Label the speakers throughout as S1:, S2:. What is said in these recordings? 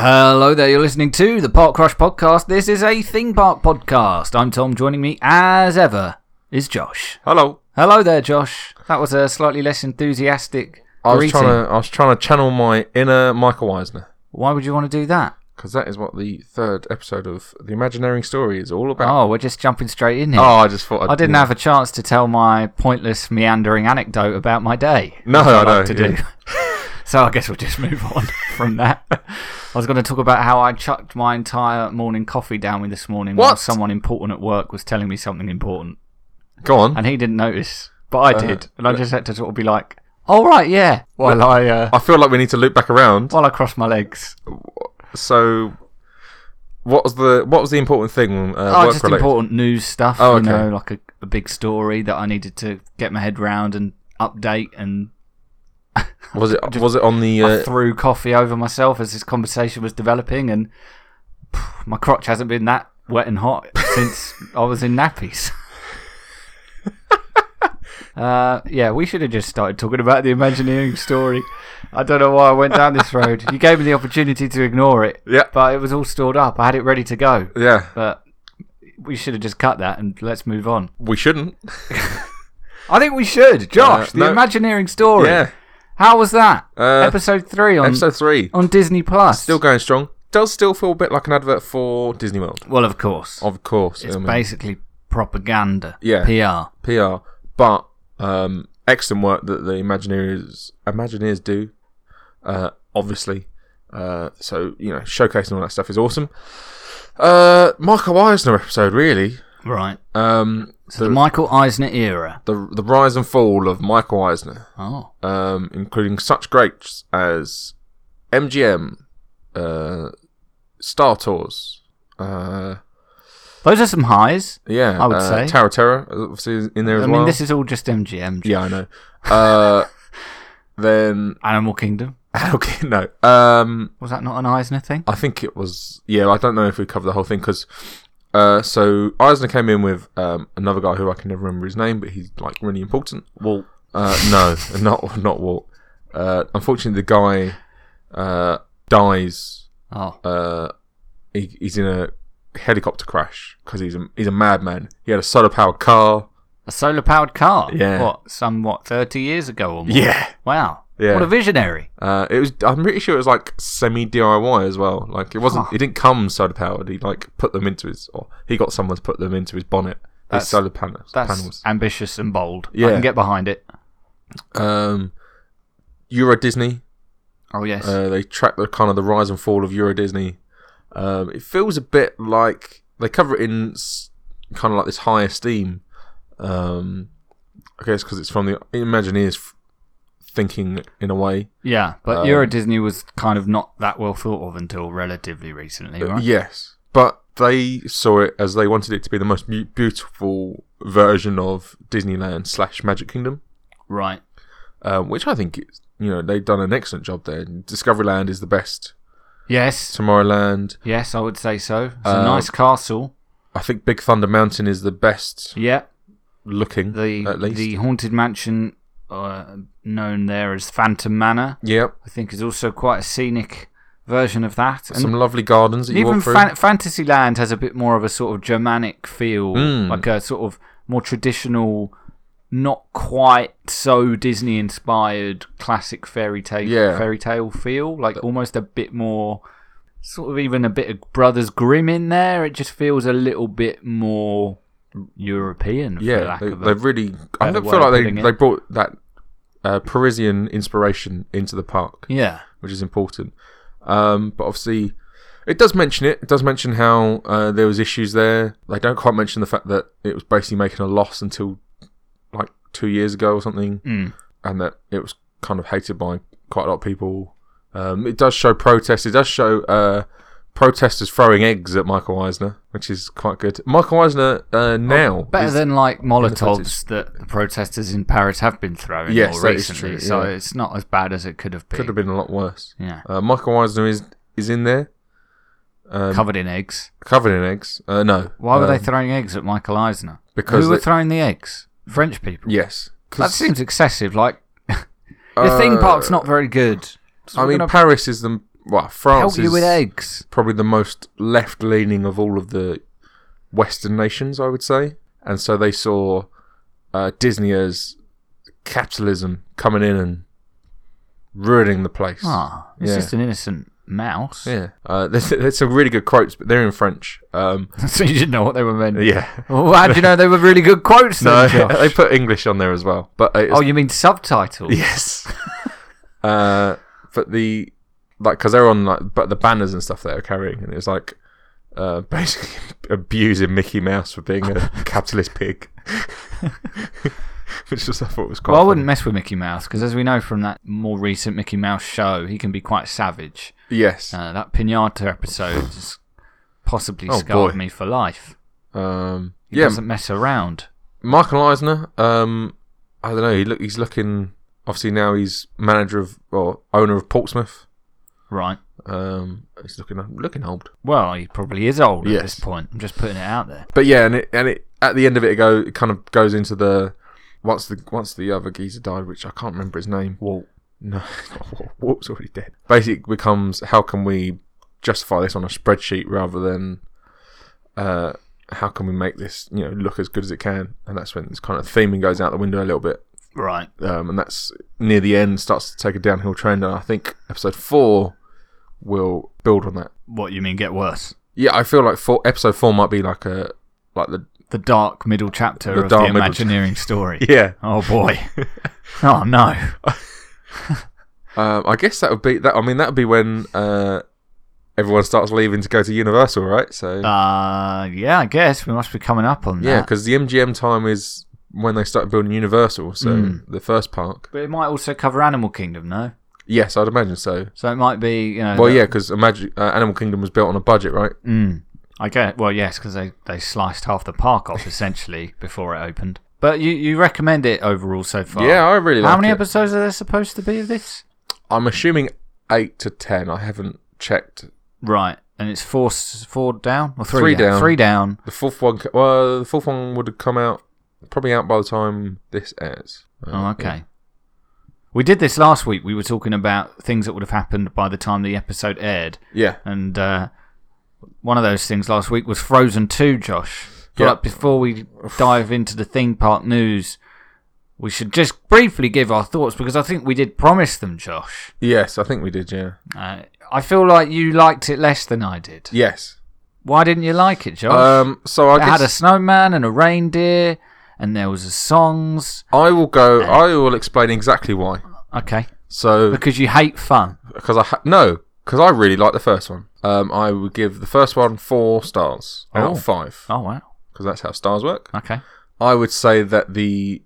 S1: Hello there, you're listening to the Park Crush Podcast. This is a theme park podcast. I'm Tom, joining me as ever is Josh.
S2: Hello.
S1: Hello there, Josh. That was a slightly less enthusiastic
S2: I was
S1: greeting.
S2: trying to I was trying to channel my inner Michael Eisner
S1: Why would you want to do that?
S2: because that is what the third episode of the Imagineering Story is all about.
S1: Oh, we're just jumping straight in here.
S2: Oh, I just thought I'd,
S1: I didn't have a chance to tell my pointless, meandering anecdote about my day.
S2: No,
S1: which
S2: I
S1: like
S2: know,
S1: to
S2: yeah.
S1: do. so I guess we'll just move on from that. I was going to talk about how I chucked my entire morning coffee down me this morning while
S2: What?
S1: someone important at work was telling me something important.
S2: Go on.
S1: and he didn't notice, but I did, and I just had to sort of be like, "All right, yeah," while I uh,
S2: I feel like we need to loop back around.
S1: while I cross my legs.
S2: So, what was the what was the important thing? Uh,
S1: Oh,
S2: work
S1: just
S2: related?
S1: important news stuff,
S2: Oh,
S1: you
S2: okay.
S1: know, like a, a big story that I needed to get my head round and update. And
S2: Was it was it on the?
S1: I
S2: Uh,
S1: threw coffee over myself as this conversation was developing, and phew, my crotch hasn't been that wet and hot since I was in nappies. Uh, yeah, we should have just started talking about the Imagineering story. I don't know why I went down this road. You gave me the opportunity to ignore it.
S2: yeah,
S1: but it was all stored up. I had it ready to go,
S2: yeah.
S1: but we should have just cut that and let's move on.
S2: We shouldn't.
S1: I think we should, Josh.
S2: Uh,
S1: the
S2: no.
S1: Imagineering Story.
S2: Yeah.
S1: How was that?
S2: Uh,
S1: episode three on
S2: Episode three
S1: on Disney Plus.
S2: still going strong. Does still feel a bit like an advert for Disney World,
S1: well, of course.
S2: of course.
S1: it's
S2: I mean,
S1: basically propaganda.
S2: Yeah.
S1: PR.
S2: PR, but um, excellent work that the Imagineers Imagineers do. Uh, obviously, uh, so you know, showcasing all that stuff is awesome. Uh, Michael Eisner episode really.
S1: Right.
S2: Um,
S1: So the, Michael Eisner era.
S2: the the rise and fall of Michael Eisner,
S1: Oh.
S2: um, including such greats as MGM, uh, Star Tours. Uh,
S1: Those are some highs.
S2: yeah,
S1: I would
S2: uh,
S1: say.
S2: Tower of Terror obviously in there as
S1: I mean,
S2: well.
S1: this is all just MGM.
S2: yeah, I know. Uh, then
S1: Animal Kingdom.
S2: Okay, no. Um,
S1: Was that not an Eisner thing?
S2: I think it was. Yeah, I don't know if we covered the whole thing because. Uh, so Eisner came in with um, another guy who I can never remember his name, but he's like really important.
S1: Well,
S2: Uh, no, not not Walt. Uh, unfortunately, the guy uh, dies.
S1: Oh.
S2: Uh, he, he's in a helicopter crash because he's a, he's a madman. He had a solar powered car.
S1: A solar powered car.
S2: Yeah.
S1: What, some, what, 30 years ago or more?
S2: Yeah,
S1: Wow.
S2: Yeah.
S1: What a visionary.
S2: uh, it was. I'm pretty sure it was like semi DIY as well. Like it wasn't.
S1: Huh.
S2: It didn't come solar powered. He like put them into his. Or he got someone to put them into his bonnet.
S1: That's-
S2: his solar panels.
S1: That's
S2: panels.
S1: ambitious and bold. I
S2: Yeah.
S1: can get behind it.
S2: Um, Euro Disney.
S1: Oh yes.
S2: Uh, they track the kind of the rise and fall of Euro Disney. Um, it feels a bit like they cover it in s- kind of like this high esteem. Um, I guess because it's from the Imagineers f- thinking in a way.
S1: yeah, but
S2: um,
S1: Euro Disney was kind of not that well thought of until relatively
S2: Uh,
S1: recently, right?
S2: Yes, but they saw it as they wanted it to be the most mu- beautiful version of Disneyland slash Magic Kingdom,
S1: Right.
S2: um, which I think it's, you know they've done an excellent job there. Discoveryland is the best.
S1: Yes.
S2: Tomorrowland,
S1: Yes, I would say so. It's a
S2: Uh,
S1: nice castle.
S2: I think Big Thunder Mountain is the best
S1: Yeah.
S2: looking.
S1: The
S2: at least.
S1: the haunted mansion, uh, known there as Phantom Manor,
S2: Yep.
S1: I think is also quite a scenic version of that. And
S2: Some lovely gardens that you
S1: even
S2: walk through.
S1: fan- Fantasyland has a bit more of a sort of Germanic feel,
S2: Mm.
S1: like a sort of more traditional, not quite so Disney inspired classic fairy tale
S2: Yeah.
S1: fairy tale feel, like almost a bit more sort of even a bit of Brothers Grimm in there. It just feels a little bit more European, for
S2: yeah,
S1: lack
S2: they,
S1: of
S2: they
S1: a
S2: really. I
S1: better
S2: don't
S1: way of
S2: feel like
S1: putting
S2: they,
S1: it.
S2: they brought that uh, Parisian inspiration into the park,
S1: yeah.
S2: which is important. Um, but obviously, it does mention it. It does mention how uh, there was issues there. They don't quite mention the fact that it was basically making a loss until like two years ago or something,
S1: Mm.
S2: and that it was kind of hated by quite a lot of people. Um, it does show protests. It does show uh, protesters throwing eggs at Michael Eisner, which is quite good. Michael Eisner
S1: Oh,
S2: uh, now
S1: Better
S2: is-
S1: than like
S2: footage.
S1: Molotovs that the protesters in Paris have been throwing
S2: Yes,
S1: more
S2: that is
S1: recently,
S2: true,
S1: so
S2: yeah.
S1: it's not as bad as it could have been.
S2: could have been a lot worse.
S1: Yeah,
S2: Uh, Michael Eisner is is in there, um,
S1: covered in eggs.
S2: covered in eggs. Uh, no,
S1: Why were they
S2: Um,
S1: throwing eggs at Michael Eisner?
S2: because
S1: Who were
S2: they-
S1: throwing the eggs? French people.
S2: yes, 'Cause,
S1: That seems excessive. Like the
S2: uh,
S1: theme park's not very good. So
S2: I
S1: we're
S2: mean,
S1: gonna-
S2: Paris is the well, France
S1: Help you
S2: is
S1: with eggs.
S2: probably the most left leaning of all of the Western nations, I would say. And so they saw uh, Disney as capitalism coming in and ruining the place.
S1: Ah, it's
S2: Yeah.
S1: just an innocent mouse.
S2: Yeah, uh, there's, there's some really good quotes, but they're in French. Um,
S1: so you didn't know what they were meant.
S2: yeah,
S1: Well, how do you know they were really good quotes?
S2: no,
S1: Then, Josh?
S2: they put English on there as well. But uh, it's
S1: oh, you mean subtitles?
S2: Yes. uh, but the like because they're on like but the banners and stuff they were carrying, and it was like uh, basically abusing Mickey Mouse for being a capitalist pig, which just I thought was quite.
S1: Well, I
S2: funny.
S1: wouldn't mess with Mickey Mouse because, as we know from that more recent Mickey Mouse show, he can be quite savage.
S2: Yes.
S1: Uh, that pinata episode has possibly
S2: Oh,
S1: scarred
S2: boy.
S1: me for life.
S2: Um.
S1: He
S2: Yeah.
S1: doesn't mess around.
S2: Michael Eisner. Um. I don't know. He look. He's looking. Obviously now he's manager of or owner of Portsmouth.
S1: Right.
S2: Um. He's looking looking old.
S1: Well, he probably is old at
S2: Yes.
S1: this point. I'm just putting it out there.
S2: But yeah, and it and it at the end of it, it go it kind of goes into the once the once the other geezer died, which I can't remember his name.
S1: Well,
S2: No, it's not Walt. Walt's already dead. Basically, it becomes how can we justify this on a spreadsheet rather than uh, how can we make this you know look as good as it can? And that's when this kind of theming goes out the window a little bit.
S1: right.
S2: Um, and that's near the end starts to take a downhill trend. And I think episode four will build on that.
S1: What you mean? Get worse.
S2: Yeah, I feel like four, episode four might be like a like the
S1: The dark middle chapter
S2: The
S1: of
S2: dark
S1: the
S2: middle
S1: Imagineering story.
S2: yeah
S1: Oh boy. oh no.
S2: Um, I guess that would be that. I mean, that would be when uh, everyone starts leaving to go to Universal, right? So Yeah, 'cause
S1: Uh, yeah. I guess we must be coming up on
S2: yeah,
S1: that.
S2: because the MGM time is when they start building Universal. So
S1: Hmm.
S2: the first park.
S1: But it might also cover Animal Kingdom, no?
S2: Yes, I'd imagine so.
S1: So it might be, you know.
S2: Well,
S1: the-
S2: yeah, because imagine uh, Animal Kingdom was built on a budget, right?
S1: Mm. I get. Well, yes, because they, they sliced half the park off essentially before it opened. But you, you recommend it overall so far?
S2: Yeah, I really.
S1: How
S2: like
S1: many
S2: it.
S1: episodes are there supposed to be of this?
S2: I'm assuming eight to ten. I haven't checked.
S1: Right, and it's four s- four down or three,
S2: Three
S1: down.
S2: down.
S1: Three down.
S2: The fourth one. c- Well, the fourth one would have come out probably out by the time this airs.
S1: Oh, okay. We did this last week. We were talking about things that would have happened by the time the episode aired,
S2: Yeah.
S1: and uh, one of those things last week was Frozen Two. Josh, But
S2: Yeah.
S1: before we dive into the theme park news, we should just briefly give our thoughts because I think we did promise them, Josh.
S2: Yes, I think we did. Yeah.
S1: Uh, I feel like you liked it less than I did.
S2: Yes.
S1: Why didn't you like it, Josh?
S2: Um. So I
S1: it
S2: guess
S1: had a snowman and a reindeer, and there was a songs.
S2: I will go. I will explain exactly why.
S1: Okay,
S2: So
S1: because you hate fun.
S2: because I ha- no because I really like the first one. Um, I would give the first one four stars out
S1: Oh.
S2: of five
S1: Oh wow.
S2: because that's how stars work.
S1: Okay.
S2: I would say that the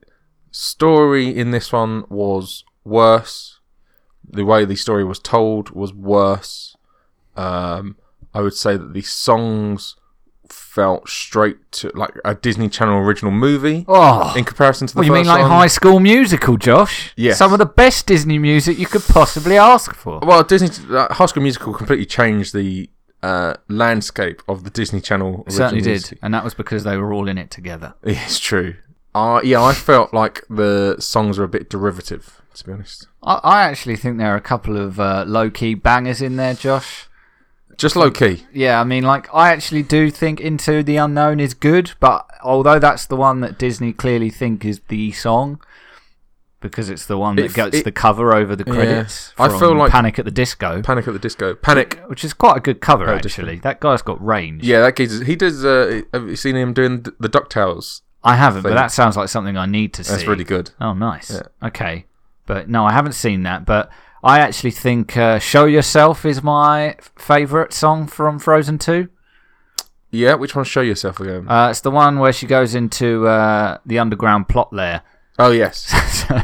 S2: story in this one was worse. The way the story was told was worse. Um, I would say that the songs felt straight to like a Disney Channel original movie
S1: Oh.
S2: in comparison to the
S1: Well, you
S2: first
S1: mean like
S2: one.
S1: High School Musical, Josh?
S2: Yes.
S1: Some of the best Disney music you could possibly ask for.
S2: Well, Disney uh, High School Musical completely changed the uh, landscape of the Disney Channel.
S1: Certainly
S2: original
S1: did, and that was because they were all in it together.
S2: music. It's true. Uh, yeah, I felt like the songs are a bit derivative, to be honest.
S1: I, I actually think there are a couple of uh, low key bangers in there, Josh.
S2: Just low key.
S1: Yeah, I mean, like, I actually do think Into the Unknown is good, but although that's the one that Disney clearly think is the song, because it's the one that
S2: It-
S1: gets
S2: it-
S1: the cover over the
S2: Yeah.
S1: credits.
S2: I
S1: from
S2: feel like-
S1: Panic at the Disco,
S2: Panic at the Disco. Panic.
S1: which is quite a good cover,
S2: Oh, Disco.
S1: actually. That guy's got range.
S2: Yeah, that geezer. He does. Uh, have you seen him doing the Ducktales?
S1: I haven't, but
S2: Thing.
S1: that sounds like something I need to see.
S2: That's really good.
S1: Oh, nice. Okay, but no, I haven't seen that. But I actually think uh, "Show Yourself" is my favorite song from Frozen Two.
S2: Yeah, which one? Show yourself again.
S1: Uh, it's the one where she goes into uh, the underground plot lair.
S2: oh yes.
S1: So-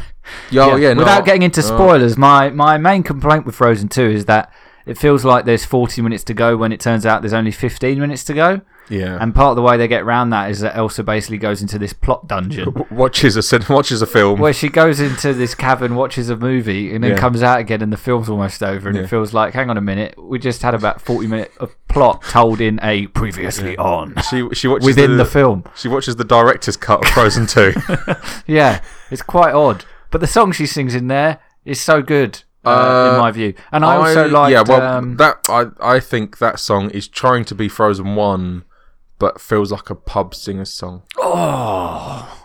S2: Yeah, oh, yeah. no,
S1: Without
S2: I-
S1: getting into spoilers, my my main complaint with Frozen Two is that it feels like there's 40 minutes to go when it turns out there's only 15 minutes to go.
S2: Yeah.
S1: And part of the way they get around that is that Elsa basically goes into this plot dungeon.
S2: W- watches a cin- watches a film.
S1: where she goes into this cabin, watches a movie, and then
S2: Yeah.
S1: comes out again, and the film's almost over, and
S2: Yeah.
S1: it feels like, hang on a minute, we just had about forty minutes of plot told in a previously on
S2: She she watches
S1: within the film.
S2: she watches the director's cut of Frozen Two.
S1: Yeah, it's quite odd, but the song she sings in there is so good. uh, in
S2: Uh,
S1: my view. And I also liked
S2: yeah. Well,
S1: um,
S2: that I I think that song is trying to be Frozen One, but feels like a pub singer song.
S1: Oh.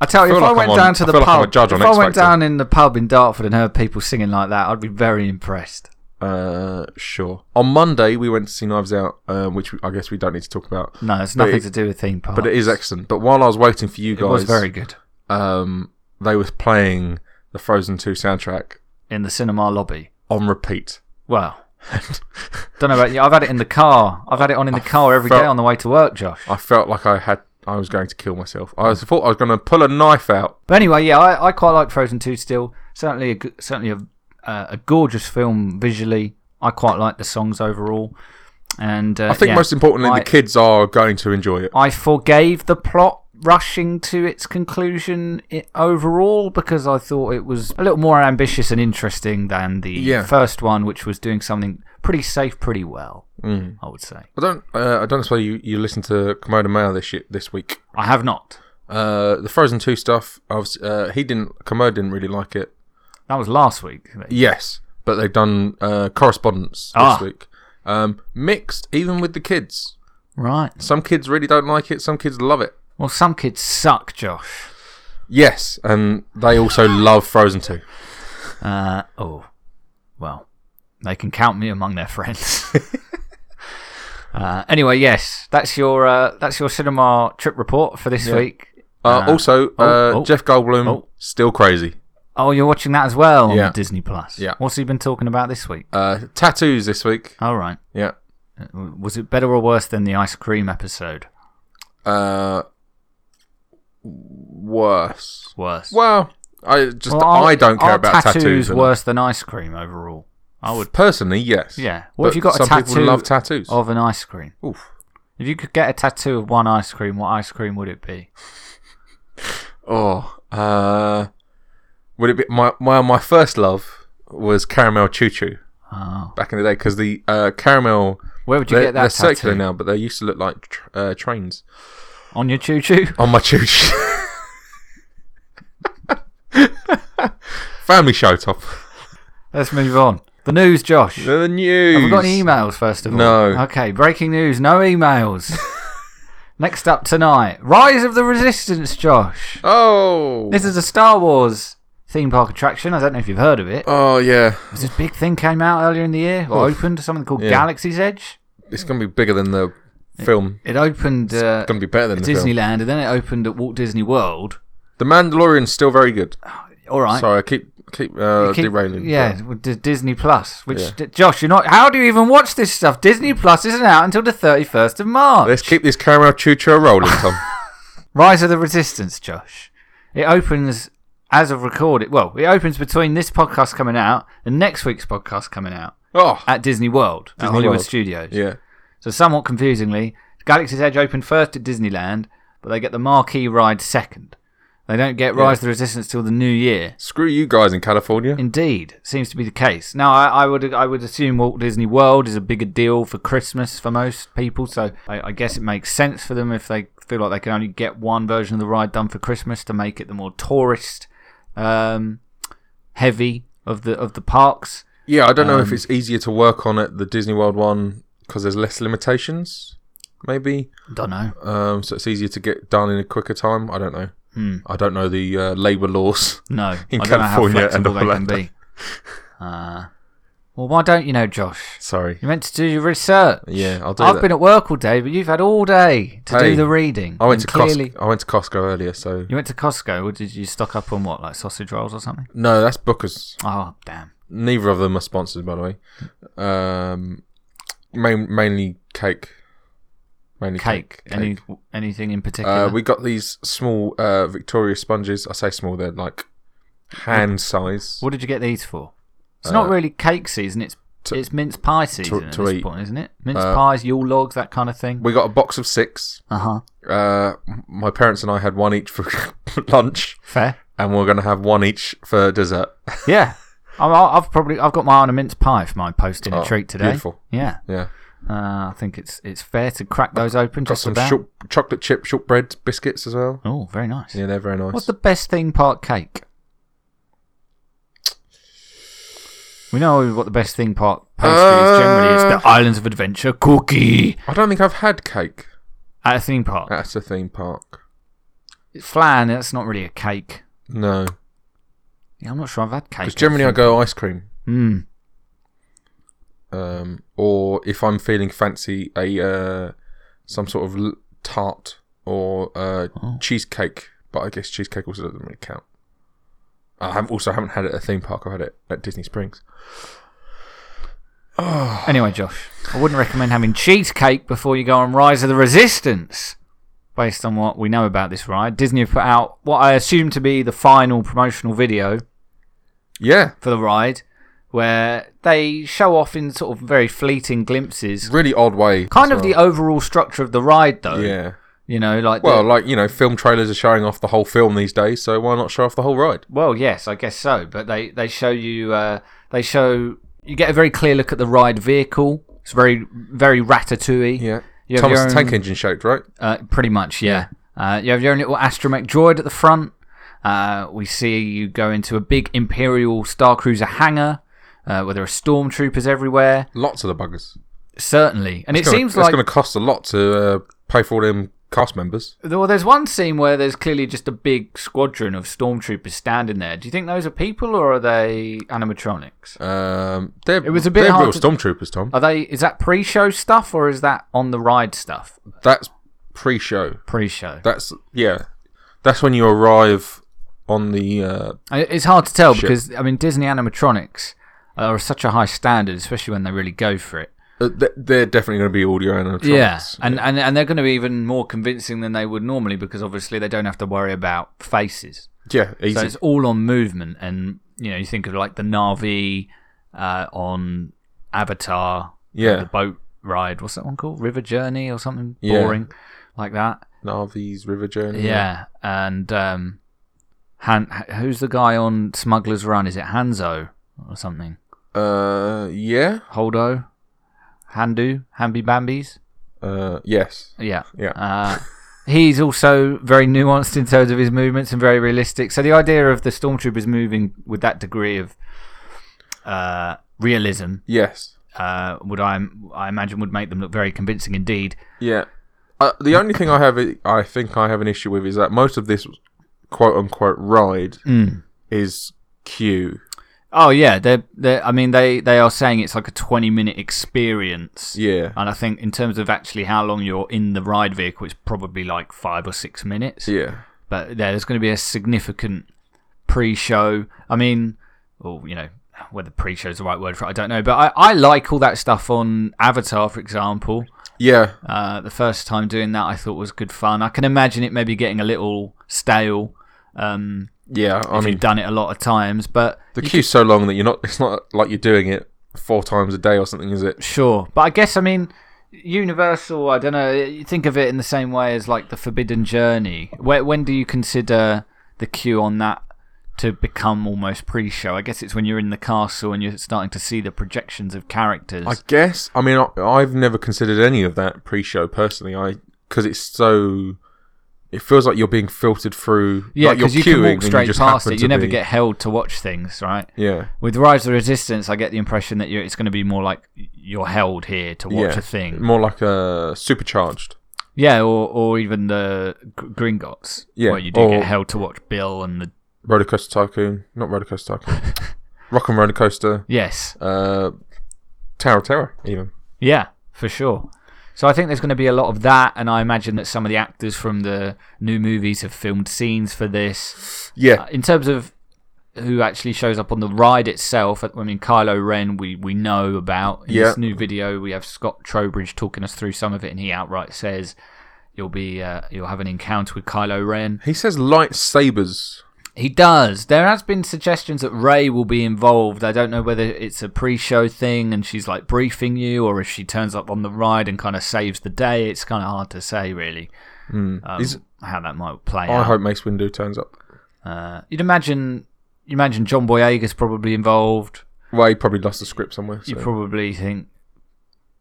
S1: I tell you,
S2: I
S1: if
S2: feel
S1: I
S2: like
S1: went
S2: I'm on-
S1: down to
S2: I
S1: the
S2: feel
S1: pub,
S2: like I'm a judge
S1: if
S2: on
S1: I
S2: X
S1: went
S2: Factor.
S1: down in the pub in Dartford and heard people singing like that, I'd be very impressed.
S2: Uh, sure. On Monday we went to see Knives Out, um, which we, I guess we don't need to talk about,
S1: No, it's
S2: But
S1: nothing
S2: it-
S1: to do with theme park.
S2: but it is excellent. But while I was waiting for you
S1: It was
S2: guys,
S1: very good
S2: um, they was playing the Frozen Two soundtrack
S1: in the cinema lobby.
S2: on repeat.
S1: Well, don't know about you. I've had it in the car. I've had it on
S2: Oh,
S1: in the car every day
S2: felt-
S1: on the way to work, Josh.
S2: I felt like I had I was going to kill myself. I was- thought I was going to pull a knife out.
S1: But anyway, yeah, I, I quite like Frozen Two still. Certainly, a, g- certainly a, uh, a gorgeous film visually. I quite like the songs overall, and uh,
S2: I think
S1: yeah.
S2: most importantly,
S1: I-
S2: the kids are going to enjoy it.
S1: I forgave the plot rushing to its conclusion i overall because I thought it was a little more ambitious and interesting than the
S2: Yeah.
S1: first one, which was doing something pretty safe, pretty well.
S2: Mm.
S1: I would say.
S2: I don't. Uh, I don't know suppose you you listen to Komodo Mail this year, this week.
S1: I have not.
S2: Uh, the Frozen Two stuff. I was, uh, he didn't. Komodo didn't really like it.
S1: That was last week.
S2: Yes, but they've done uh, correspondence
S1: Ah.
S2: this week. Um, mixed, even with the kids.
S1: Right.
S2: Some kids really don't like it. Some kids love it.
S1: Well, some kids suck, Josh.
S2: Yes, and they also love Frozen Two.
S1: Uh, oh, well, they can count me among their friends. uh, anyway, yes, that's your uh, that's your cinema trip report for this week.
S2: Uh, also,
S1: Ah.
S2: uh,
S1: oh.
S2: Jeff Goldblum
S1: Oh.
S2: still crazy.
S1: Oh, you're watching that as well on
S2: Yeah.
S1: Disney Plus.
S2: Yeah.
S1: What's he been talking about this week?
S2: Uh, tattoos this week.
S1: All right.
S2: Yeah.
S1: Uh, Was it better or worse than the ice cream episode?
S2: Uh, worse.
S1: Worse.
S2: Well, I just
S1: Well, are-
S2: I don't care
S1: are
S2: about tattoos. and-
S1: worse than ice cream overall. I would.
S2: personally, yes.
S1: Yeah. What if
S2: But
S1: you got a
S2: some
S1: tattoo
S2: people love tattoos.
S1: of an ice cream?
S2: Oof.
S1: If you could get a tattoo of one ice cream, what ice cream would it be?
S2: Oh, uh, would it be my my my first love was caramel choo choo
S1: Oh.
S2: back in the day because the uh, caramel
S1: Where would you
S2: they're,
S1: get that
S2: they're
S1: tattoo?
S2: circular now, but they used to look like tr- uh, trains
S1: On your choo choo?
S2: on my choo choo. Family show top.
S1: Let's move on. The news, Josh. Have
S2: The news.
S1: we got any emails, first of all?
S2: No.
S1: Okay, breaking news, no emails. Next up tonight Rise of the Resistance, Josh.
S2: Oh.
S1: This is a Star Wars theme park attraction. I don't know if you've heard of it.
S2: oh yeah.
S1: It was this big thing came out earlier in the year, or
S2: Oof.
S1: opened, something called
S2: Oh. Yeah.
S1: Galaxy's Edge.
S2: It's gonna be bigger than the film.
S1: It opened uh,
S2: It's gonna be better than
S1: at
S2: the film.
S1: Disneyland, and then it opened at Walt Disney World.
S2: The Mandalorian's still very good.
S1: All right.
S2: Sorry, I keep keep uh,
S1: Keep-
S2: derailing.
S1: Yeah, with D- Disney Plus. Which
S2: Yeah.
S1: D- Josh, you're not. How do you even watch this stuff? Disney Plus isn't out until the 31st of March.
S2: Let's keep this caramel choo choo rolling, Tom.
S1: Rise of the Resistance, Josh. It opens as of recorded. Well, it opens between this podcast coming out and next week's podcast coming out
S2: oh,
S1: at Disney World at
S2: Disney
S1: Hollywood
S2: World.
S1: Studios.
S2: yeah.
S1: So somewhat confusingly, Galaxy's Edge opened first at Disneyland, but they get the marquee ride second. They don't get Rise of the Resistance till the new year.
S2: Screw you guys in California.
S1: Indeed, seems to be the case. Now, I, I would I would assume Walt Disney World is a bigger deal for Christmas for most people, so I, I guess it makes sense for them if they feel like they can only get one version of the ride done for Christmas to make it the more tourist um, heavy of the of the parks.
S2: yeah, I don't know
S1: um,
S2: if it's easier to work on at the Disney World one because there's less limitations, maybe.
S1: Don't know.
S2: Um, so it's easier to get done in a quicker time. I don't know.
S1: Hmm.
S2: I don't know the uh, labor laws.
S1: No,
S2: In
S1: I don't
S2: California
S1: know how
S2: and
S1: flexible
S2: all
S1: they can
S2: that.
S1: be. Uh, well, why don't you know, Josh?
S2: Sorry.
S1: You meant to do your research.
S2: Yeah, I'll do
S1: I've
S2: that.
S1: been at work all day, but you've had all day to
S2: Hey,
S1: do the reading.
S2: I went
S1: And
S2: to Costco. I went to Costco earlier, so
S1: You went to Costco, or did you stock up on what, like sausage rolls or something?
S2: no, that's Booker's.
S1: Oh, damn.
S2: Neither of them are sponsored, by the way. Um, main, mainly cake. Mainly
S1: Cake.
S2: cake.
S1: Any anything in particular?
S2: Uh, we got these small uh, Victoria sponges. I say small; they're like hand size
S1: what did you get these for? It's not really cake season. It's
S2: Uh, to-
S1: it's mince pie season at
S2: to
S1: this
S2: eat.
S1: point, isn't it? Mince
S2: Uh,
S1: pies, Yule logs, that kind of thing.
S2: We got a box of six.
S1: Uh huh.
S2: Uh, m- my parents and I had one each for lunch,
S1: Fair.
S2: and we're going to have one each for dessert.
S1: Yeah. I- I- I've probably I've got my eye on a mince pie for my post in a
S2: Oh,
S1: treat today.
S2: beautiful.
S1: Yeah,
S2: Yeah,
S1: uh, I think it's it's fair to crack those open
S2: got
S1: just
S2: some
S1: about.
S2: short, chocolate chip shortbread biscuits as well.
S1: oh, very nice.
S2: Yeah, they're very nice.
S1: What's the best thing part cake? We know what the best thing part pastry is generally. It's the Islands of Adventure cookie
S2: I don't think I've had cake
S1: at a theme park.
S2: at a theme park.
S1: Flan, that's not really a cake.
S2: No,
S1: Yeah, I'm not sure I've had cake.
S2: because generally I go ice cream,
S1: Mm.
S2: um, or if I'm feeling fancy, a uh, some sort of l- tart or uh,
S1: Oh.
S2: cheesecake. But I guess cheesecake also doesn't really count. I have also haven't had it at a theme park. I've had it at Disney Springs.
S1: Anyway, Josh, I wouldn't recommend having cheesecake before you go on Rise of the Resistance. Based on what we know about this ride, Disney have put out what I assume to be the final promotional video
S2: Yeah,
S1: for the ride, where they show off in sort of very fleeting glimpses,
S2: really odd way.
S1: kind
S2: as
S1: of the overall structure of the ride, though.
S2: well. yeah.
S1: You know, like
S2: Well,
S1: the,
S2: like you know, film trailers are showing off the whole film these days, so why not show off the whole ride?
S1: well, yes, I guess so. But they they show you uh, they show you get a very clear look at the ride vehicle. It's very very ratatouille.
S2: Yeah,
S1: You have
S2: Thomas
S1: your
S2: the Tank
S1: own-
S2: Engine shaped, right?
S1: Uh, pretty much, yeah. Uh, you have your own little astromech droid at the front. Uh, we see you go into a big Imperial Star Cruiser hangar uh, where there are stormtroopers everywhere.
S2: Lots of the buggers.
S1: Certainly, and it
S2: gonna-
S1: seems
S2: it's
S1: like
S2: going to cost a lot to uh, pay for all them cast members.
S1: well, there's one scene where there's clearly just a big squadron of stormtroopers standing there. Do you think those are people or are they animatronics?
S2: Um, they're, it
S1: was a bit
S2: they're
S1: hard
S2: real
S1: to-
S2: stormtroopers, Tom.
S1: Are they? Is that pre-show stuff or is that on the ride stuff?
S2: That's pre-show.
S1: Pre-show.
S2: That's yeah. That's when you arrive on the. Uh,
S1: I- It's hard to tell because I mean Disney animatronics are such a high standard, especially when they really go for it.
S2: uh, th- they're definitely going to be audio animatronics.
S1: Yeah, and, and and they're going to be even more convincing than they would normally because obviously they don't have to worry about faces.
S2: yeah, easy.
S1: So it's all on movement, and you know you think of like the Navi uh, on Avatar,
S2: yeah,
S1: the boat ride. What's that one called? River Journey or something
S2: Yeah.
S1: boring like that.
S2: Navi's River Journey.
S1: Yeah, and um, Han- who's the guy on Smuggler's Run? Is it Hanzo or something?
S2: Uh, yeah.
S1: Holdo, Handu, Hamby Bambies.
S2: Uh, yes.
S1: Yeah.
S2: Yeah.
S1: Uh, he's also very nuanced in terms of his movements and very realistic. So the idea of the stormtroopers moving with that degree of uh, realism,
S2: yes.
S1: uh, would I, I imagine, would make them look very convincing indeed.
S2: Yeah. Uh, the only thing I have, I think I have an issue with, is that most of this quote unquote ride
S1: Mm.
S2: is queue.
S1: Oh yeah, they're, they're. I mean, they they are saying it's like a twenty minute experience.
S2: Yeah.
S1: And I think in terms of actually how long you're in the ride vehicle, it's probably like five or six minutes.
S2: Yeah.
S1: but yeah, there's going to be a significant pre-show. I mean, or you know, whether pre-show is the right word for it, I don't know. But I, I like all that stuff on Avatar, for example.
S2: Yeah.
S1: Uh, the first time doing that, I thought was good fun. I can imagine it maybe getting a little stale. Um,
S2: Yeah. I
S1: if
S2: mean,
S1: you've done it a lot of times, but
S2: the queue's so long that you're not. It's not like you're doing it four times a day or something, is it?
S1: sure. But I guess I mean. Universal, I don't know. You think of it in the same way as like the Forbidden Journey. Where, when do you consider the queue on that to become almost pre-show. I guess it's when you're in the castle and you're starting to see the projections of characters.
S2: I guess. I mean, I, I've never considered any of that pre-show personally. I because it's so. It feels like you're being filtered through.
S1: yeah,
S2: like you're
S1: because you can
S2: queuing
S1: walk
S2: and
S1: straight
S2: just
S1: past
S2: happen
S1: it.
S2: to
S1: You never
S2: be-
S1: get held to watch things, right?
S2: Yeah.
S1: With Rise of the Resistance, I get the impression that you're, it's going to be more like you're held here to watch
S2: yeah.
S1: a thing.
S2: More like a supercharged.
S1: Yeah, or, or even the G- Gringotts,
S2: Yeah,
S1: where you do
S2: or-
S1: get held to watch Bill and the
S2: Roller Coaster Tycoon, not Roller Coaster Tycoon, Rock and Roller Coaster,
S1: yes,
S2: uh, Tower of Terror, even.
S1: yeah, for sure. So I think there's going to be a lot of that, and I imagine that some of the actors from the new movies have filmed scenes for this.
S2: Yeah,
S1: in terms of who actually shows up on the ride itself, I mean, Kylo Ren, we, we know about. In
S2: Yeah.
S1: this new video, we have Scott Trowbridge talking us through some of it, and he outright says you'll be uh, you'll have an encounter with Kylo Ren.
S2: he says lightsabers.
S1: He does. There has been suggestions that Ray will be involved. I don't know whether it's a pre-show thing and she's like briefing you, or if she turns up on the ride and kind of saves the day. It's kind of hard to say really um,
S2: Hmm. Is-
S1: how that might play
S2: I
S1: out.
S2: hope Mace Windu turns up.
S1: Uh, you'd imagine you imagine John Boyega's probably involved.
S2: Well, he probably lost the script somewhere. So.
S1: You probably think,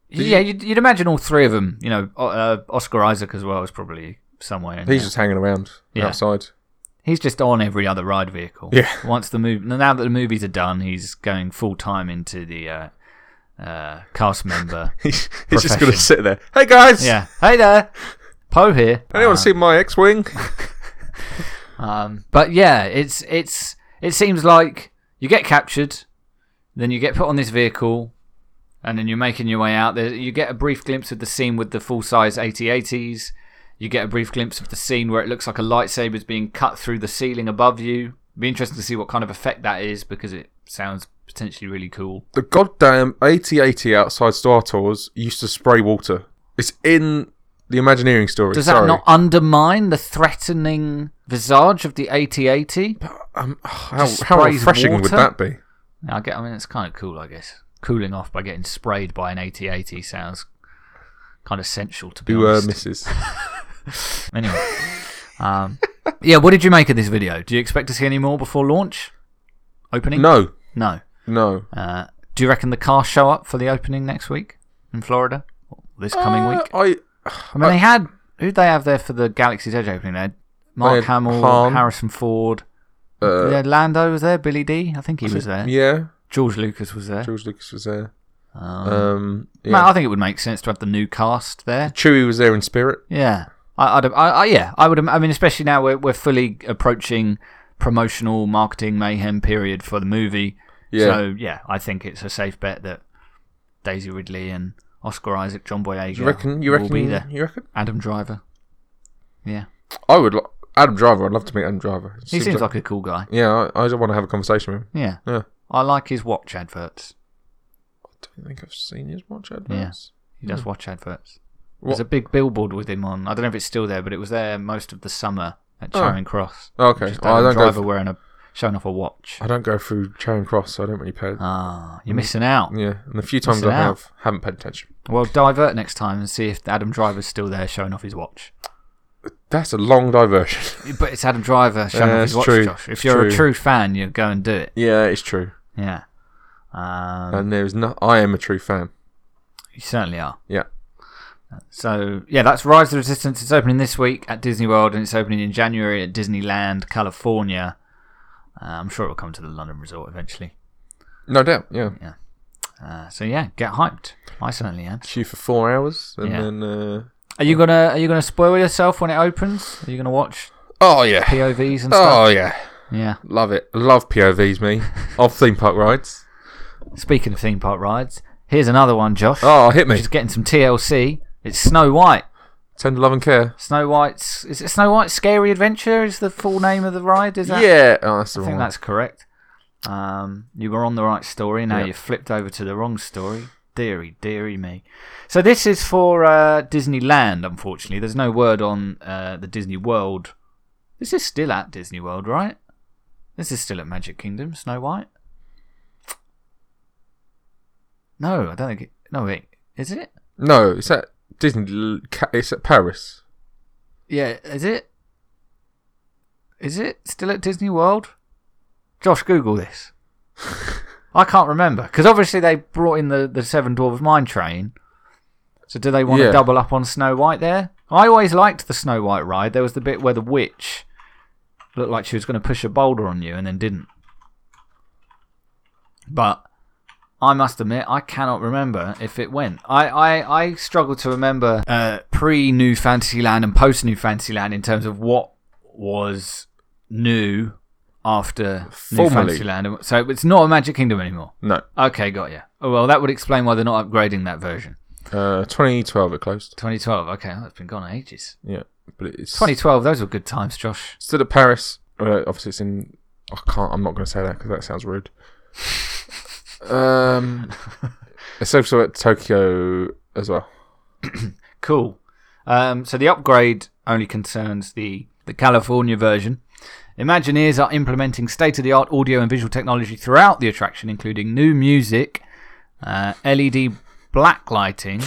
S2: Did
S1: yeah, you'd, you'd imagine all three of them. You know, O- uh, Oscar Isaac as well is probably somewhere. In
S2: He's
S1: there.
S2: just hanging around
S1: Yeah.
S2: outside.
S1: He's just on every other ride vehicle.
S2: Yeah.
S1: Once the movie, now that the movies are done, he's going full time into the uh, uh, cast member.
S2: He's, he's just
S1: Profession.
S2: going to sit there. Hey guys,
S1: yeah. Hey there, Poe here.
S2: anyone see my X-wing?
S1: Um, but yeah, it's it's it seems like you get captured, then you get put on this vehicle, and then you're making your way out. There, you get a brief glimpse of the scene with the full size 8080s. You get a brief glimpse of the scene where it looks like a lightsaber's being cut through the ceiling above you. Be interesting to see what kind of effect that is because it sounds potentially really cool.
S2: the goddamn 8080 outside Star Tours used to spray water. It's in the Imagineering story.
S1: Does that
S2: Sorry.
S1: not undermine the threatening visage of the 8080?
S2: Um, how
S1: Just
S2: how
S1: sprays
S2: refreshing would
S1: water?
S2: that be?
S1: Yeah, I get. I mean, it's kind of cool, I guess. Cooling off by getting sprayed by an 8080 sounds kind of sensual, to be
S2: You uh,
S1: honest.
S2: misses.
S1: anyway, um, yeah. What did you make of this video? Do you expect to see any more before launch? Opening?
S2: no,
S1: No.
S2: no.
S1: Uh, do you reckon the cars show up for the opening next week in Florida? This coming
S2: Uh,
S1: week?
S2: I
S1: I mean, they had who'd they have there for the Galaxy's Edge opening? There,
S2: They
S1: Mark
S2: had
S1: Hamill,
S2: Han.
S1: Harrison Ford.
S2: uh,
S1: yeah, Lando was there. Billy D. I think he was there.
S2: yeah.
S1: George Lucas was there.
S2: George Lucas was there.
S1: Um,
S2: Um, yeah.
S1: Matt, I think it would make sense to have the new cast there.
S2: Chewie was there in spirit.
S1: Yeah, I, I'd, I, I, yeah, I would. I mean, especially now we're we're fully approaching promotional marketing mayhem period for the movie.
S2: Yeah.
S1: So yeah, I think it's a safe bet that Daisy Ridley and Oscar Isaac, John Boyega,
S2: you reckon? You
S1: will
S2: reckon?
S1: be there.
S2: You reckon?
S1: Adam Driver. Yeah,
S2: I would. Lo- Adam Driver. I'd love to meet Adam Driver.
S1: he seems, like, a cool guy.
S2: yeah. I, I just want to have a conversation with him.
S1: Yeah,
S2: Yeah.
S1: I like his watch adverts.
S2: I don't think I've seen his watch adverts.
S1: He does watch adverts.
S2: Hmm. What-
S1: There's a big billboard with him on. I don't know if it's still there, but it was there most of the summer at
S2: Oh.
S1: Charing Cross.
S2: Okay.
S1: Just
S2: Well, I
S1: Adam
S2: don't go.
S1: Driver wearing a showing off a watch.
S2: I don't go through Charing Cross, so I don't really pay.
S1: Ah,
S2: Mm.
S1: you're missing out.
S2: yeah, and the few times
S1: Missing
S2: I
S1: out.
S2: have, haven't paid attention.
S1: Well, divert next time and see if Adam Driver's still there showing off his watch.
S2: That's a long diversion.
S1: But it's Adam Driver showing
S2: Yeah,
S1: off
S2: it's
S1: his watch,
S2: true.
S1: Josh. If
S2: It's
S1: you're a
S2: true.
S1: true fan, you go and do it.
S2: yeah, it's true.
S1: Yeah. Um,
S2: And there's no. I am a true fan.
S1: you certainly are.
S2: Yeah.
S1: So, yeah, that's Rise of the Resistance. It's opening this week at Disney World and it's opening in January at Disneyland, California. Uh, I'm sure it will come to the London Resort eventually.
S2: No doubt. Yeah.
S1: Uh, so, yeah, get hyped. I certainly am.
S2: Queue for four hours, and
S1: Yeah.
S2: then. Uh,
S1: Are you gonna Are you gonna spoil yourself when it opens? Are you gonna watch
S2: oh yeah.
S1: POVs and stuff?
S2: Oh yeah.
S1: Yeah.
S2: Love it. Love POVs, me. Off theme park rides.
S1: Speaking of theme park rides, here's another one, Josh.
S2: Oh, hit me.
S1: She's getting some TLC. It's Snow White.
S2: Tender love and care.
S1: Snow White's is it Snow White's Scary Adventure? Is the full name of the ride? Is that?
S2: yeah. Oh, that's the
S1: I
S2: wrong.
S1: think
S2: one.
S1: that's correct. Um, you were on the right story. Now
S2: Yeah.
S1: you flipped over to the wrong story. Deary, deary me. So this is for uh, Disneyland. Unfortunately, there's no word on uh, the Disney World. This is still at Disney World, right? This is still at Magic Kingdom. Snow White. No, I don't think. It, no, wait, is it?
S2: No, it's at Disney. It's at Paris.
S1: Yeah, is it? Is it still at Disney World? Josh, Google this. I can't remember because obviously they brought in the the Seven Dwarfs Mine Train. So do they want
S2: Yeah.
S1: to double up on Snow White there? I always liked the Snow White ride. There was the bit where the witch looked like she was going to push a boulder on you and then didn't. But I must admit, I cannot remember if it went. I, I, I struggle to remember uh, pre New Fantasyland and post New Fantasyland in terms of what was new after New
S2: Formerly.
S1: Fantasyland. So it's not a Magic Kingdom anymore.
S2: No.
S1: Okay, got you. Oh, well, that would explain why they're not upgrading that version.
S2: Uh, 2012 it closed.
S1: 2012. Okay, oh, it's been gone ages.
S2: Yeah, but it's
S1: 2012. Those were good times, Josh.
S2: Still at Paris. Uh, obviously, it's in. I can't. I'm not going to say that because that sounds rude. Um, it's also at Tokyo as well.
S1: Cool. Um, so the upgrade only concerns the, the California version. Imagineers are implementing state of the art audio and visual technology throughout the attraction, including new music, uh, LED black lighting,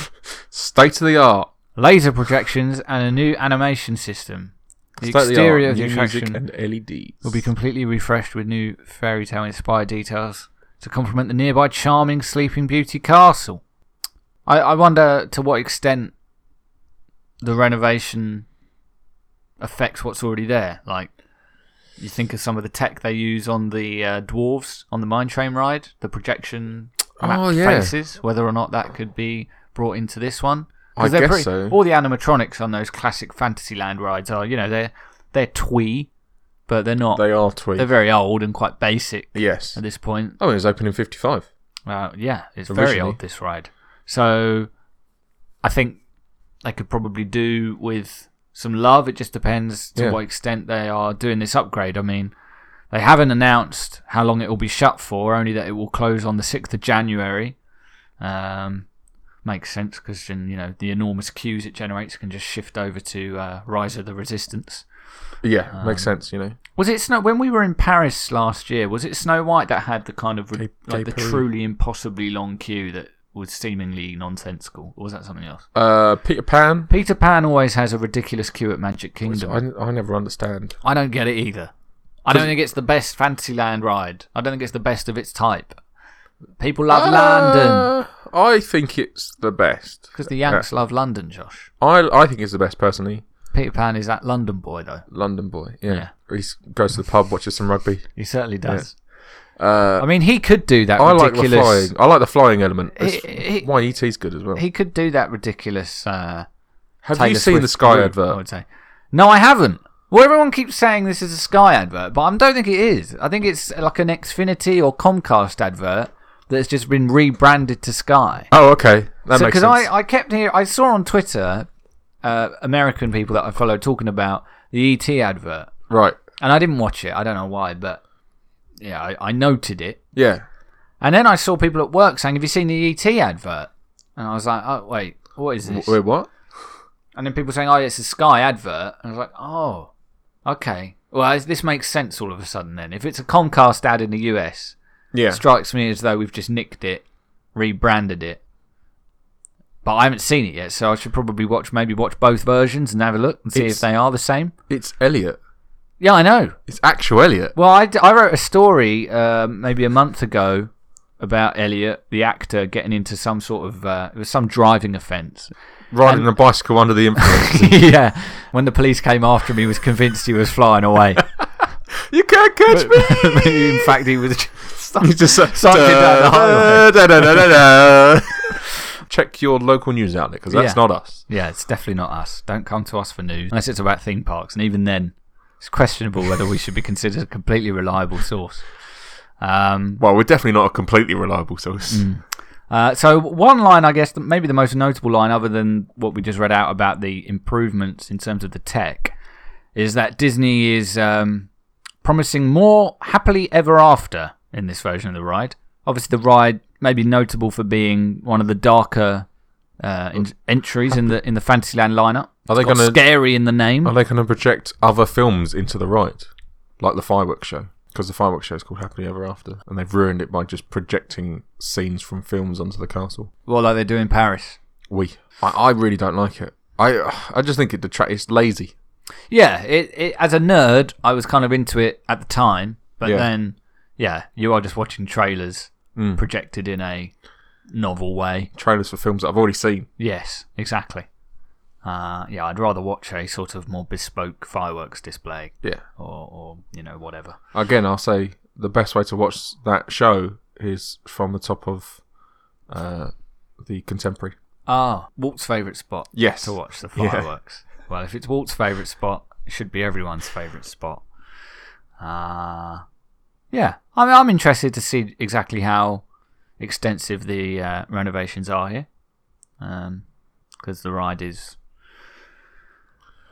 S2: State of the art.
S1: laser projections, and a new animation system. The
S2: State
S1: exterior of the
S2: new music
S1: attraction
S2: and E LEDs
S1: will be completely refreshed with new fairy tale inspired details to complement the nearby charming Sleeping Beauty castle. I, I wonder to what extent the renovation affects what's already there. Like, You think of some of the tech they use on the uh, dwarves on the mine train ride, the projection map
S2: Oh, yeah.
S1: faces, whether or not that could be brought into this one. 'Cause
S2: I
S1: they're
S2: guess
S1: pretty-
S2: so.
S1: All the animatronics on those classic Fantasyland rides are, you know, they're they're twee, but they're not.
S2: They are tweaked.
S1: They're very old and quite basic
S2: yes.
S1: at this point.
S2: Oh, it was open in 55.
S1: Uh, yeah, it's very
S2: Originally.
S1: old this ride. So I think they could probably do with some love. It just depends to
S2: Yeah.
S1: what extent they are doing this upgrade. I mean, they haven't announced how long it will be shut for, only that it will close on the 6th of January. Um, makes sense because, you know, the enormous queues it generates can just shift over to uh, Rise of the Resistance.
S2: Yeah, makes
S1: Ah.
S2: sense, you know.
S1: Was it Snow? When we were in Paris last year, was it Snow White that had the kind of
S2: Gay-
S1: like
S2: gay
S1: the
S2: parade.
S1: truly impossibly long queue that was seemingly nonsensical, or was that something else?
S2: Uh, Peter Pan.
S1: Peter Pan always has a ridiculous queue at Magic Kingdom.
S2: I, I never understand.
S1: I don't get it either. I don't think it's the best Fantasyland ride. I don't think it's the best of its type. People
S2: Ah!
S1: love London
S2: Uh, I think it's the best.
S1: because the Yanks love London. Josh,
S2: I I think it's the best personally.
S1: Peter Pan is that London boy though.
S2: London boy. Yeah.
S1: Yeah.
S2: He s- goes to the pub, watches some rugby.
S1: He certainly does.
S2: Uh,
S1: I mean, he could do that
S2: I like the
S1: ridiculous.
S2: flying. I like the flying element. That's
S1: He- he-
S2: why ET's good as well.
S1: He could do that ridiculous. Uh,
S2: Have
S1: Taylor
S2: you seen
S1: Swift
S2: the Sky
S1: group, I
S2: advert?
S1: would say. No, I haven't. Well, everyone keeps saying this is a Sky advert, but I don't think it is. I think it's like an Xfinity or Comcast advert that's just been rebranded to Sky.
S2: Oh, okay. That makes
S1: Because
S2: sense.
S1: I, I kept here, I saw on Twitter uh, American people that I follow talking about the ET advert,
S2: Right.
S1: and I didn't watch it. I don't know why, but yeah, I, I noted it.
S2: Yeah.
S1: And then I saw people at work saying, "Have you seen the ET advert?" And I was like, "Oh wait, what is this?"
S2: Wait, what?
S1: And then people saying, "Oh, it's a Sky advert," and I was like, "Oh, okay. Well, is- this makes sense all of a sudden. Then, if it's a Comcast ad in the US,
S2: Yeah.
S1: strikes me as though we've just nicked it, rebranded it. But I haven't seen it yet, so I should probably watch maybe watch both versions and have a look and see
S2: It's-
S1: if they are the same.
S2: It's Elliot.
S1: Yeah, I know.
S2: It's actual Elliot.
S1: Well, I, d- I wrote a story um, maybe a month ago about Elliot, the actor, getting into some sort of uh, it was some driving offence,
S2: Riding a bicycle under the influence.
S1: yeah, when the police came after him, he was convinced he was flying away.
S2: you can't catch me.
S1: In fact, he was.
S2: He's just uh,
S1: Cycling down the highway.
S2: da- da- da- da- da. Check your local news outlet because
S1: Yeah.
S2: that's not us.
S1: Yeah, it's definitely not us. Don't come to us for news unless it's about theme parks, and even then, it's questionable whether we should be considered a completely reliable source. Um,
S2: Well, we're definitely not a completely reliable source.
S1: uh, so one line, I guess, that maybe the most notable line, other than what we just read out about the improvements in terms of the tech, is that Disney is um, promising more happily ever after in this version of the ride. Obviously, the ride may be notable for being one of the darker uh, en- entries in the in the Fantasyland lineup.
S2: Are they
S1: Got
S2: gonna-
S1: scary in the name?
S2: Are they going to project other films into the right, like the fireworks show? Because the fireworks show is called Happily Ever After, and they've ruined it by just projecting scenes from films onto the castle.
S1: Well, like they do in Paris.
S2: We, I, I really don't like it. I, I just think it detract. It's lazy.
S1: Yeah, it, it as a nerd, I was kind of into it at the time, but
S2: Yeah.
S1: then yeah, you are just watching trailers projected in a novel way.
S2: Trailers for films that I've already seen.
S1: Yes, exactly. Uh, yeah, I'd rather watch a sort of more bespoke fireworks display
S2: Yeah.
S1: or, or you know whatever.
S2: Again, I'll say the best way to watch that show is from the top of uh, the contemporary.
S1: Ah, Walt's favourite spot
S2: Yes.
S1: to watch the
S2: Yeah.
S1: fireworks. Well, if it's Walt's favourite spot, it should be everyone's favourite spot. Uh, yeah, I mean, I'm interested to see exactly how extensive the uh, renovations are here, because the ride is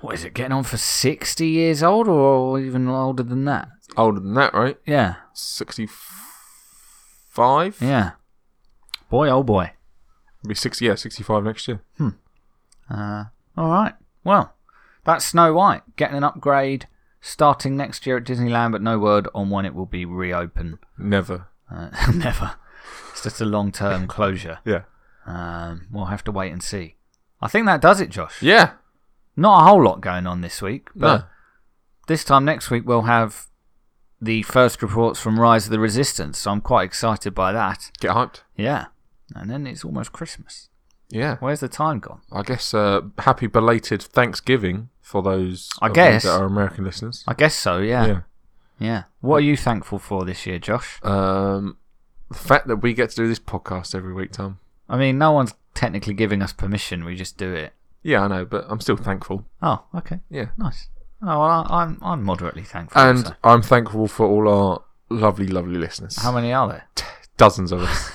S1: what is it getting on for sixty years old or even older than that?
S2: Older than that, right?
S1: Yeah,
S2: Sixty-five.
S1: yeah. Boy, oh boy.
S2: Be sixty. Yeah, sixty-five next year.
S1: Uh, all right. Well, that's Snow White getting an upgrade starting next year at Disneyland, but no word on when it will be reopened.
S2: Never.
S1: Uh, never. It's just a long term closure.
S2: Yeah.
S1: Um, we'll have to wait and see. I think that does it, Josh.
S2: Yeah.
S1: Not a whole lot going on this week,
S2: No.
S1: but this time next week we'll have the first reports from Rise of the Resistance. So I'm quite excited by that.
S2: Get hyped.
S1: Yeah. And then it's almost Christmas.
S2: Yeah.
S1: Where's the time gone?
S2: I guess uh, happy belated Thanksgiving for those
S1: I
S2: of you
S1: guess.
S2: that are American listeners.
S1: I guess so, yeah.
S2: yeah.
S1: Yeah. What are you thankful for this year, Josh?
S2: Um, the fact that we get to do this podcast every week, Tom.
S1: I mean, no one's technically giving us permission. We just do it.
S2: Yeah, I know, but I'm still thankful.
S1: Oh, okay.
S2: Yeah.
S1: Nice. Oh, well, I, I'm I'm moderately thankful.
S2: And
S1: so.
S2: I'm thankful for all our lovely, lovely listeners.
S1: how many are there?
S2: Dozens of us.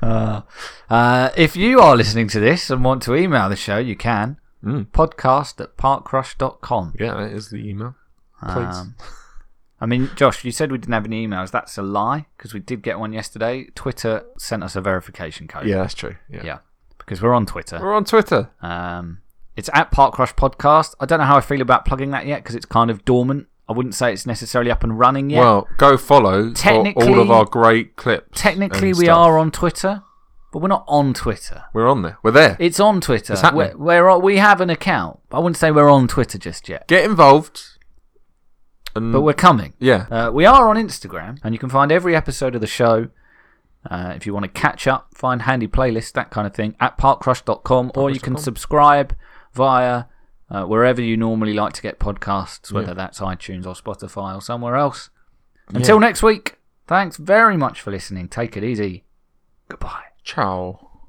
S1: Uh, uh, if you are listening to this and want to email the show, you can.
S2: Mm.
S1: Podcast at parkrush.com.
S2: yeah, that is the email. Please.
S1: Um, I mean, Josh, you said we didn't have any emails. That's a lie because we did get one yesterday. Twitter sent us a verification code.
S2: yeah, that's true. Yeah.
S1: Yeah. Because we're on Twitter.
S2: We're on Twitter.
S1: Um, it's at Park Rush Podcast. I don't know how I feel about plugging that yet because it's kind of dormant. I wouldn't say it's necessarily up and running yet.
S2: Well, go follow for all
S1: Technically-
S2: of our great clips.
S1: Technically,
S2: and
S1: we
S2: stuff.
S1: are on Twitter, but we're not on Twitter.
S2: We're on there. We're there.
S1: It's on Twitter.
S2: It's happening.
S1: we're, we're on, we have an account. I wouldn't say we're on Twitter just yet,
S2: Get involved. And
S1: but we're coming.
S2: yeah,
S1: Uh, we are on Instagram, and you can find every episode of the show. Uh, if you want to catch up, find handy playlists, that kind of thing, at parkcrush.com, or you can
S2: Parkcrush.com.
S1: subscribe via uh, wherever you normally like to get podcasts, whether that's iTunes or Spotify or somewhere else. Until next week, thanks very much for listening. Take it easy. Goodbye.
S2: ciao.